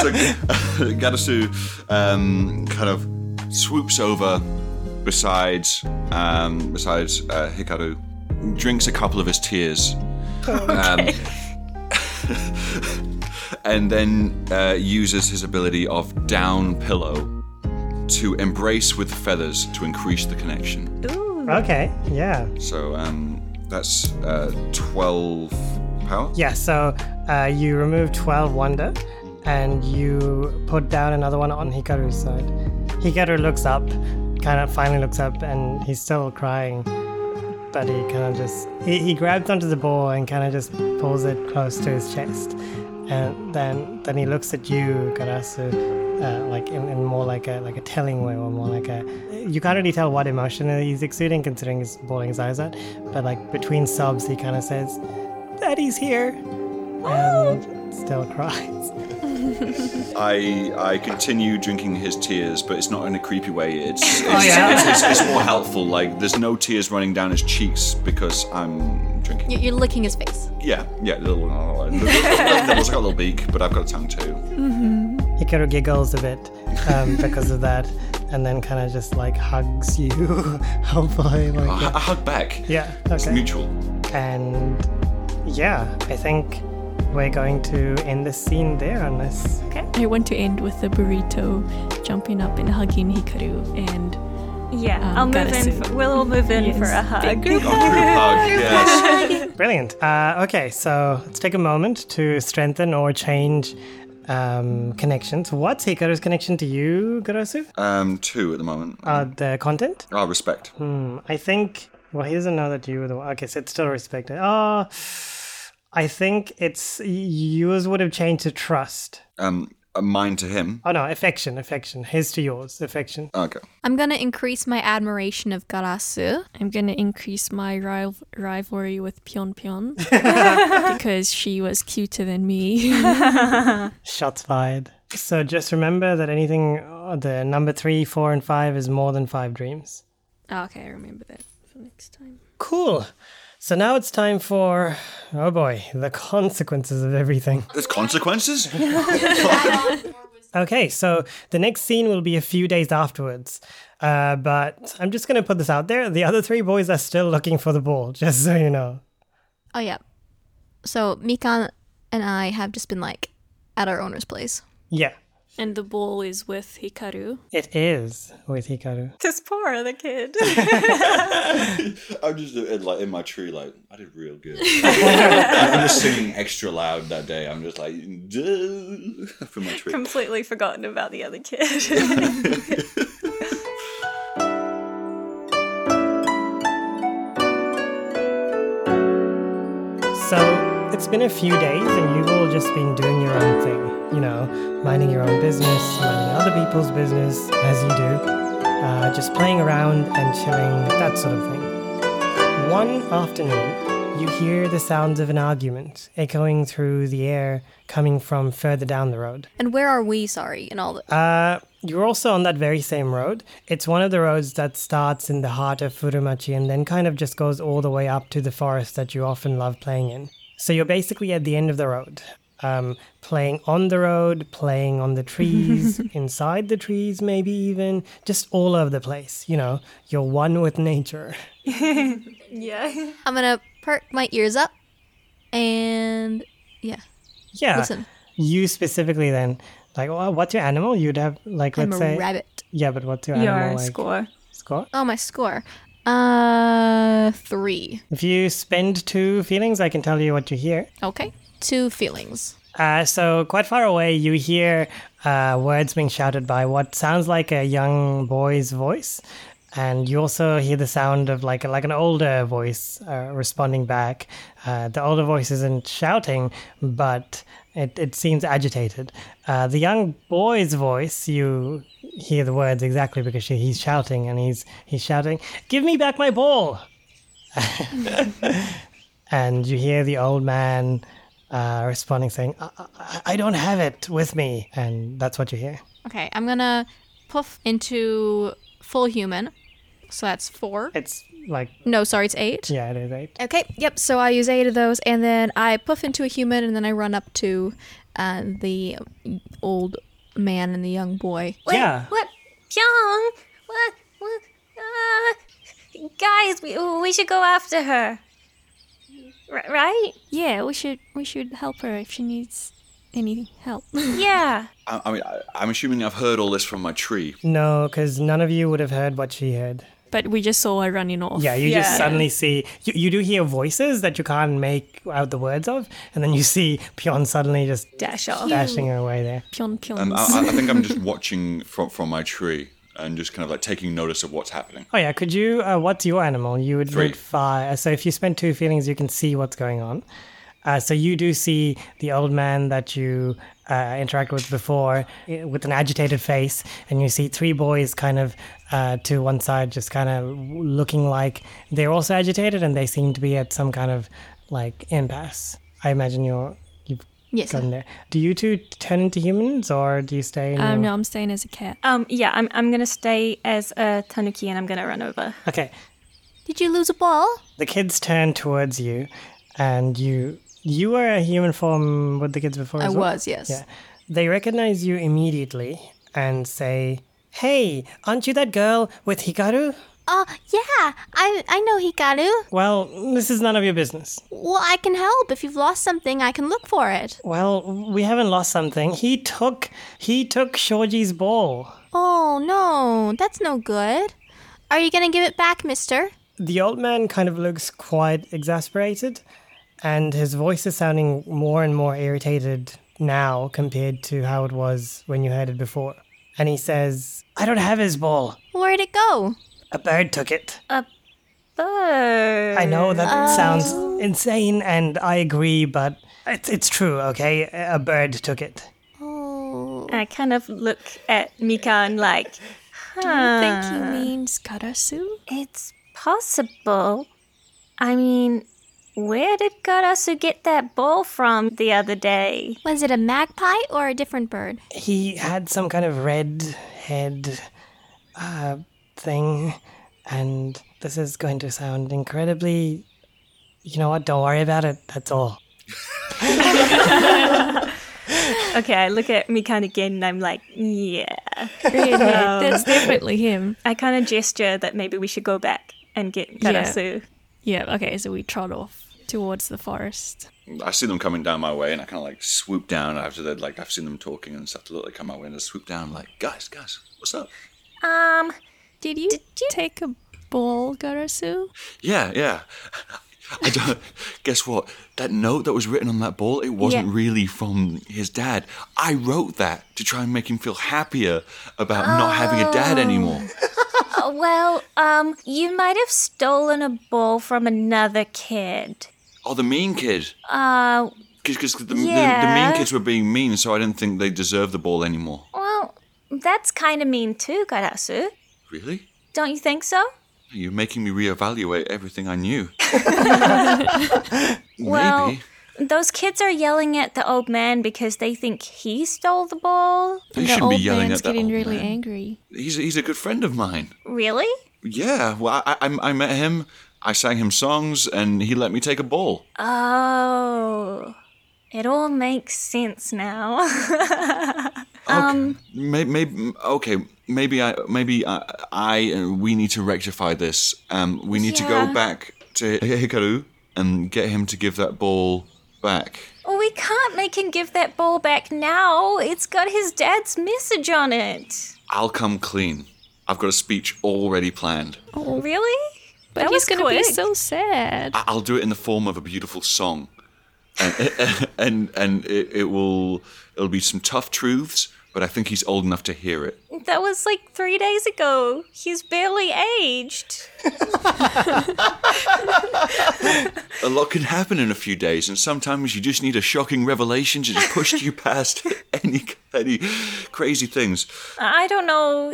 S3: so Gadasu um, kind of swoops over beside um, beside uh, Hikaru, drinks a couple of his tears, um, and then uh, uses his ability of down pillow to embrace with feathers to increase the connection.
S1: okay, yeah.
S3: So um, that's uh, twelve power.
S1: Yeah, so uh, you remove 12 wonder and you put down another one on Hikaru's side. Hikaru looks up, kind of finally looks up, and he's still crying. But he kind of just he, he grabs onto the ball and kind of just pulls it close to his chest, and then then he looks at you, Karasu, uh, like in, in more like a like a telling way, or more like a you can't really tell what emotion he's exuding considering he's bawling his eyes out. But like between sobs, he kind of says, "Daddy's here," and still cries.
S3: I I continue drinking his tears, but it's not in a creepy way. It's it's,
S1: yeah?
S3: it's, it's, it's more helpful. Like there's no tears running down his cheeks because I'm drinking.
S6: You're, you're licking his face.
S3: Yeah, yeah. Little, uh, little, little, little, I've got a little beak, but I've got a tongue too.
S1: Hikaru giggles a bit um, because of that, and then kind of just like hugs you, hopefully.
S3: I,
S1: Like,
S3: I hug back.
S1: yeah,
S3: It's
S1: okay.
S3: mutual.
S1: And yeah, I think we're going to end the scene there unless.
S4: I want to end with the burrito jumping up and hugging Hikaru and
S2: Yeah,
S4: Um,
S2: I'll move
S4: gotta
S2: in.
S4: sue.
S2: For, we'll all move in for a hug.
S4: Big
S3: A group hug. Yes.
S1: Brilliant. Uh, okay, so let's take a moment to strengthen or change um, connections. What's Hikaru's connection to you, Garasu?
S3: Um, two at the moment.
S1: Uh, the content?
S3: Ah, respect.
S1: Hmm, I think. Well, he doesn't know that you were the one. Okay, so it's still respected. Ah, I think it's. Yours would have changed to trust.
S3: Um, uh, mine to him.
S1: Oh no, affection, affection. His to yours, affection.
S3: Okay.
S6: I'm gonna increase my admiration of Garasu.
S4: I'm gonna increase my rival- rivalry with Pion Pion because she was cuter than me.
S1: Shots fired. So just remember that anything, uh, the number three, four, and five is more than five dreams.
S4: okay, I remember that for next time.
S1: Cool. So now it's time for, oh boy, the consequences of everything.
S3: There's consequences.
S1: Okay, so the next scene will be a few days afterwards. Uh, but I'm just going to put this out there. The other three boys are still looking for the ball, just so you know.
S6: Oh yeah. So Mikan and I have just been like at our owner's place.
S1: Yeah,
S4: And the ball is with Hikaru.
S1: it is with Hikaru.
S2: Just poor the kid.
S3: I'm just in, like in my tree, like I did real good. I'm just singing extra loud that day. I'm just like "Duh," from my tree.
S2: Completely forgotten about the other kid.
S1: So it's been a few days, and you've all just been doing your own thing, you know, minding your own business, minding other people's business, as you do, uh, just playing around and chilling, that sort of thing. One afternoon, you hear the sounds of an argument echoing through the air coming from further down the road.
S6: And where are we? Sorry, and all the
S1: Uh, you're also on that very same road. It's one of the roads that starts in the heart of Furumachi and then kind of just goes all the way up to the forest that you often love playing in. So you're basically at the end of the road, um, playing on the road, playing on the trees, inside the trees, maybe even just all over the place. You know, you're one with nature.
S2: yeah.
S6: I'm gonna perk my ears up, and yeah,
S1: Yeah.
S6: Listen.
S1: You specifically then, like, wha- what's your animal? You'd have like,
S6: I'm
S1: let's
S6: a
S1: say,
S6: rabbit.
S1: yeah, but what's your
S2: Your
S1: animal like?
S2: score.
S1: Score.
S6: Oh, my score. Uh, three.
S1: If you spend two feelings, I can tell you what you hear.
S6: Okay, two feelings.
S1: Uh, so, quite far away, you hear uh, words being shouted by what sounds like a young boy's voice. And you also hear the sound of like like an older voice uh, responding back. Uh, the older voice isn't shouting, but it, it seems agitated. Uh, the young boy's voice, you hear the words exactly because she, he's shouting and he's he's shouting, "Give me back my ball!" and you hear the old man uh, responding saying, I-, I-, I don't have it with me. And that's what you hear.
S6: Okay, I'm gonna puff into full human. So that's four.
S1: It's like,
S6: No, sorry, it's eight.
S1: yeah, it is eight.
S6: Okay, yep. So I use eight of those, and then I puff into a human, and then I run up to uh, the old man and the young boy.
S7: Wait,
S1: Yeah.
S7: What? Pyong? What? what uh, guys, we, we should go after her. R- right?
S4: Yeah, we should we should help her if she needs any help.
S7: Yeah.
S3: I, I mean, I, I'm assuming I've heard all this from my tree.
S1: No, because none of you would have heard what she heard.
S4: but we just saw her running off.
S1: Yeah, you just
S2: Yeah.
S1: suddenly see, you, you do hear voices that you can't make out the words of. And then you see Pion suddenly just
S2: Dash off.
S1: dashing her away there.
S4: Pion Pion.
S3: Um, I, I- I think I'm just watching from from my tree and just kind of like taking notice of what's happening.
S1: Oh, yeah. Could you, uh, what's your animal? You would
S3: Three.
S1: need five. So if you spend two feelings, you can see what's going on. Uh, so you do see the old man that you uh, interacted with before eh, with an agitated face, and you see three boys kind of uh, to one side, just kind of looking like they're also agitated, and they seem to be at some kind of like impasse. I imagine you're you've
S6: Yes.
S1: gotten there. Do you two turn into humans, or do you stay? In your-
S4: Um, no, I'm staying as a cat.
S2: Um, yeah, I'm, I'm gonna stay as a tanuki and I'm gonna run over.
S1: Okay.
S6: Did you lose a ball?
S1: The kids turn towards you, and you you were a human form with the kids before.
S5: I
S1: as well?
S5: was, yes.
S1: Yeah. They recognize you immediately and say, Hey, aren't you that girl with Hikaru?
S6: Oh, yeah. I I know Hikaru.
S1: Well, this is none of your business.
S6: Well, I can help. If you've lost something, I can look for it.
S1: Well, we haven't lost something. He took he took Shoji's ball.
S6: Oh, no. That's no good. Are you going to give it back, mister?
S1: The old man kind of looks quite exasperated, and his voice is sounding more and more irritated now compared to how it was when you heard it before. And he says, I don't have his ball.
S6: Where'd it go?
S1: A bird took it.
S7: Bird.
S1: I know that sounds insane, and I agree, but it's it's true. Okay, a bird took it.
S6: Oh.
S2: I kind of look at Mika and like,
S6: Um,
S4: Thank you means Karasu?
S7: It's possible. I mean, where did Karasu get that ball from the other day?
S6: Was it a magpie or a different bird?
S1: He had some kind of red head uh, thing, and this is going to sound incredibly. You know what? Don't worry about it. That's all.
S2: okay, I look at Mikan again and I'm like, yeah.
S4: Really? That's definitely him.
S2: I kind of gesture that maybe we should go back and get
S4: Yeah.
S2: Karasu.
S4: Yeah, okay, so we trot off towards the forest.
S3: I see them coming down my way, and I kind of like swoop down after they like I've seen them talking and stuff. Look, they come my way and I swoop down. I'm like, guys, guys, what's up?
S7: Um,
S4: Did you, take a ball, Karasu?
S3: Yeah, yeah. I don't. guess what? That note that was written on that ball, it wasn't really from his dad. I wrote that to try and make him feel happier about not having a
S7: Oh.
S3: dad anymore.
S7: uh, well, um, you might have stolen a ball from another kid.
S3: Oh, the mean kid.
S7: Uh,
S3: Because the, the, the
S7: Yeah.
S3: mean kids were being mean, so I didn't think they deserved the ball anymore.
S7: well, that's kind of mean too, Karasu.
S3: Really?
S7: Don't you think so?
S3: You're making me reevaluate everything I knew. Maybe.
S7: Well, those kids are yelling at the old man because they think he stole the ball.
S3: they
S4: the
S3: shouldn't
S4: old
S3: be yelling
S4: man's
S3: at that
S4: getting
S3: old
S4: really
S3: man.
S4: angry.
S3: He's, he's a good friend of mine.
S7: Really?
S3: Yeah, well, I, I, I met him, I sang him songs, and he let me take a ball.
S7: Oh, it all makes sense now.
S3: Um, maybe, maybe okay, maybe I, maybe I, I, uh, we need to rectify this. Um, we need to
S7: Yeah.
S3: go back to Hikaru and get him to give that ball back.
S7: well, we can't make him give that ball back now. It's got his dad's message on it.
S3: I'll come clean. I've got a speech already planned.
S7: Really?
S4: But
S7: That
S4: he's
S7: was
S4: gonna be
S7: quick.
S4: so sad.
S3: I- I'll do it in the form of a beautiful song, and and, and it, it will it'll be some tough truths, but I think he's old enough to hear it.
S7: That was like three days ago. He's barely aged.
S3: A lot can happen in a few days, and sometimes you just need a shocking revelation to just push you past any any crazy things.
S7: I don't know.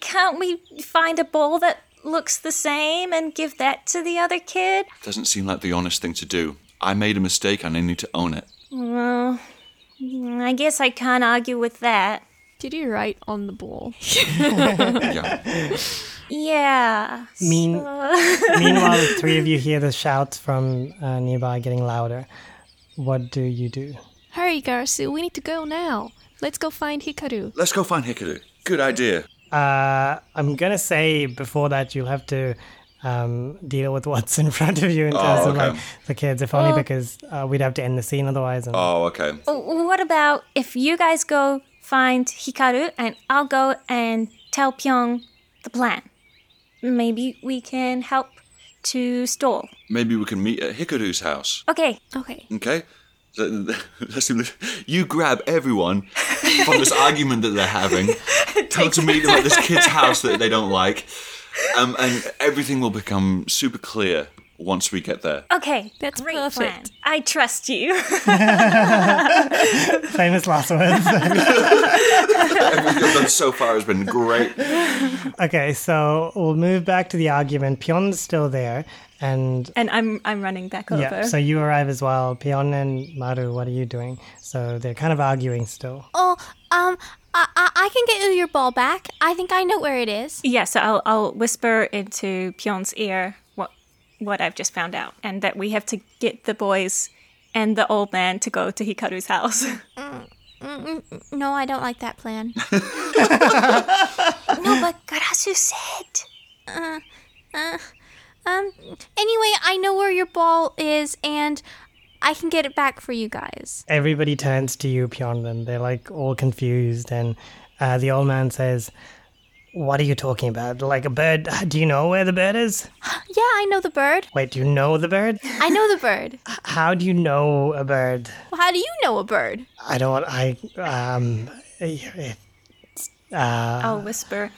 S7: Can't we find a ball that looks the same and give that to the other kid?
S3: Doesn't seem like the honest thing to do. I made a mistake, and I need to own it.
S7: Well, I guess I can't argue with that.
S4: Did you write on the ball?
S3: Yeah,
S7: Yeah.
S1: Mean. Meanwhile, the three of you hear the shouts from uh, nearby getting louder. What do you do?
S4: Hurry, Karasu, we need to go now. Let's go find Hikaru.
S3: let's go find Hikaru. Good idea.
S1: Uh, I'm gonna say before that you'll have to um, deal with what's in front of you in terms
S3: Oh, okay.
S1: of like the kids, if only because uh, we'd have to end the scene otherwise. And
S3: Oh, okay.
S7: What about if you guys go find Hikaru and I'll go and tell Pyong the plan? Maybe we can help to stall.
S3: Maybe we can meet at Hikaru's house.
S7: Okay.
S4: Okay.
S3: Okay? So, let's do this. You grab everyone from this argument that they're having, tell them to meet them at this kid's house that they don't like, um, and everything will become super clear. once we get there.
S7: Okay,
S4: That's
S7: great
S4: perfect.
S7: plan. I trust you.
S1: Famous last words.
S3: Everything I've done so far has been great.
S1: okay, so we'll move back to the argument. Pion's still there, and
S2: And I'm I'm running back over.
S1: yeah, so you arrive as well. Pion and Maru, what are you doing? So they're kind of arguing still.
S6: Oh, um, I, I, I can get you your ball back. I think I know where it is.
S2: Yeah, so I'll, I'll whisper into Pion's ear what what I've just found out, and that we have to get the boys and the old man to go to Hikaru's house.
S6: No, I don't like that plan.
S7: no, but Garasu said.
S6: Uh, um, anyway, I know where your ball is, and I can get it back for you guys.
S1: Everybody turns to you, Pion, and they're like all confused. And uh, the old man says, "What are you talking about? Like a bird? Do you know where the bird is?
S6: Yeah, I know the bird.
S1: Wait, do you know the bird?
S6: I know the bird.
S1: How do you know a bird?
S6: Well, how do you know a bird?
S1: I don't. want- I um."
S2: I'll whisper,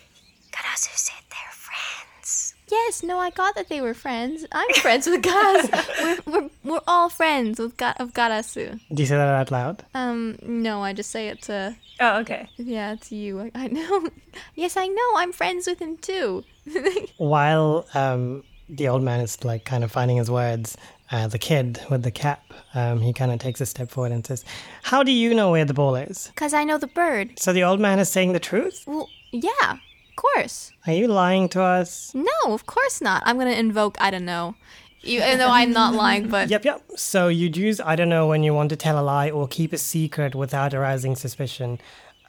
S7: Garasu said they're friends.
S6: Yes, no, I got that they were friends. I'm friends with Gas. we're, we're, we're all friends with Ga- of Garasu.
S1: Do you say that out loud?
S6: Um, no, I just say it to
S2: "Oh, okay."
S6: yeah, it's you. I, I know. yes, I know. I'm friends with him too.
S1: While um, the old man is like kind of finding his words, uh, the kid with the cap, um, he kind of takes a step forward and says, "How do you know where the ball is?"
S6: Cause I know the bird.
S1: So the old man is saying the truth.
S6: Well, yeah, of course.
S1: Are you lying to us?
S6: No, of course not. I'm gonna invoke. I don't know. Even though I'm not lying, but
S1: Yep, yep. So you'd use I don't know when you want to tell a lie or keep a secret without arousing suspicion.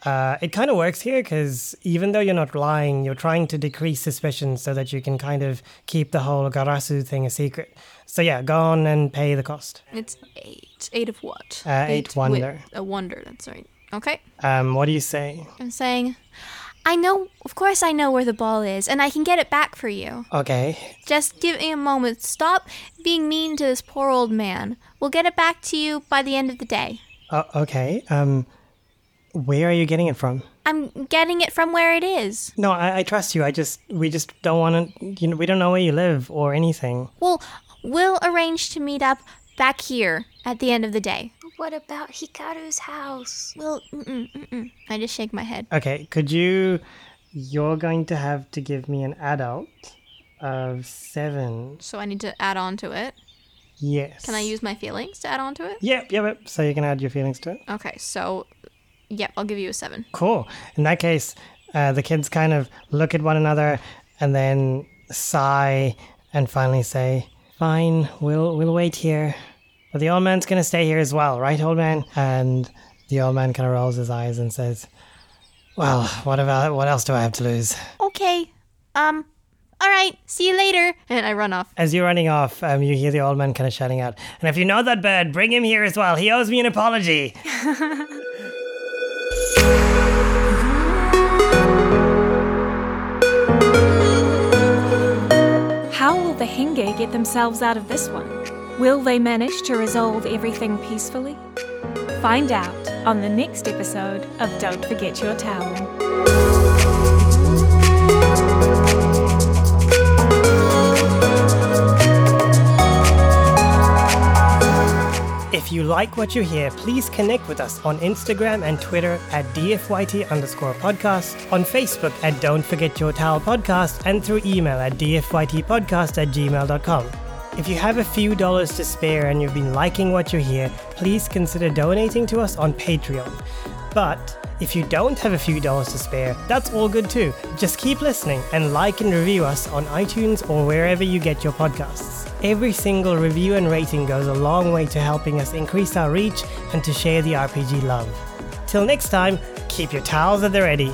S1: Uh, it kind of works here because even though you're not lying, you're trying to decrease suspicion so that you can kind of keep the whole Garasu thing a secret. So yeah, go on and pay the cost.
S6: it's eight. Eight of what?
S1: Uh, eight wonder.
S6: wi- A wonder. That's right. Okay.
S1: Um, what do you say?
S6: I'm saying, I know. Of course, I know where the ball is, and I can get it back for you.
S1: Okay.
S6: Just give me a moment. Stop being mean to this poor old man. We'll get it back to you by the end of the day.
S1: Uh, okay. Um, where are you getting it from?
S6: I'm getting it from where it is.
S1: No, I, I trust you. I just we just don't want to. You know, we don't know where you live or anything.
S6: Well, we'll arrange to meet up back here at the end of the day.
S7: What about Hikaru's house?
S6: Well, mm-mm, mm-mm. I just shake my head.
S1: Okay. Could you? You're going to have to give me an adult of seven.
S6: So I need to add on to it.
S1: Yes.
S6: Can I use my feelings to add on to it?
S1: Yep, yep, yep. So you can add your feelings to it.
S6: Okay, so, yep, I'll give you a seven.
S1: Cool. In that case, uh, the kids kind of look at one another and then sigh and finally say, "Fine, we'll we'll wait here." But the old man's gonna stay here as well, right, old man? And the old man kind of rolls his eyes and says, "Well, what about what else do I have to lose?"
S6: Okay, um, all right, see you later. And I run off.
S1: As you're running off, um, you hear the old man kind of shouting out, "And if you know that bird, bring him here as well. He owes me an apology."
S2: How will the Henge get themselves out of this one? Will they manage to resolve everything peacefully? Find out on the next episode of Don't Forget Your Towel.
S1: If you like what you hear, please connect with us on Instagram and Twitter at DFYT underscore podcast, on Facebook at Don't Forget Your Towel Podcast, and through email at DFYTpodcast at gmail.com. If you have a few dollars to spare and you've been liking what you hear, please consider donating to us on Patreon. But if you don't have a few dollars to spare, that's all good too. Just keep listening and like and review us on iTunes or wherever you get your podcasts. Every single review and rating goes a long way to helping us increase our reach and to share the RPG love. Till next time, keep your towels at the ready.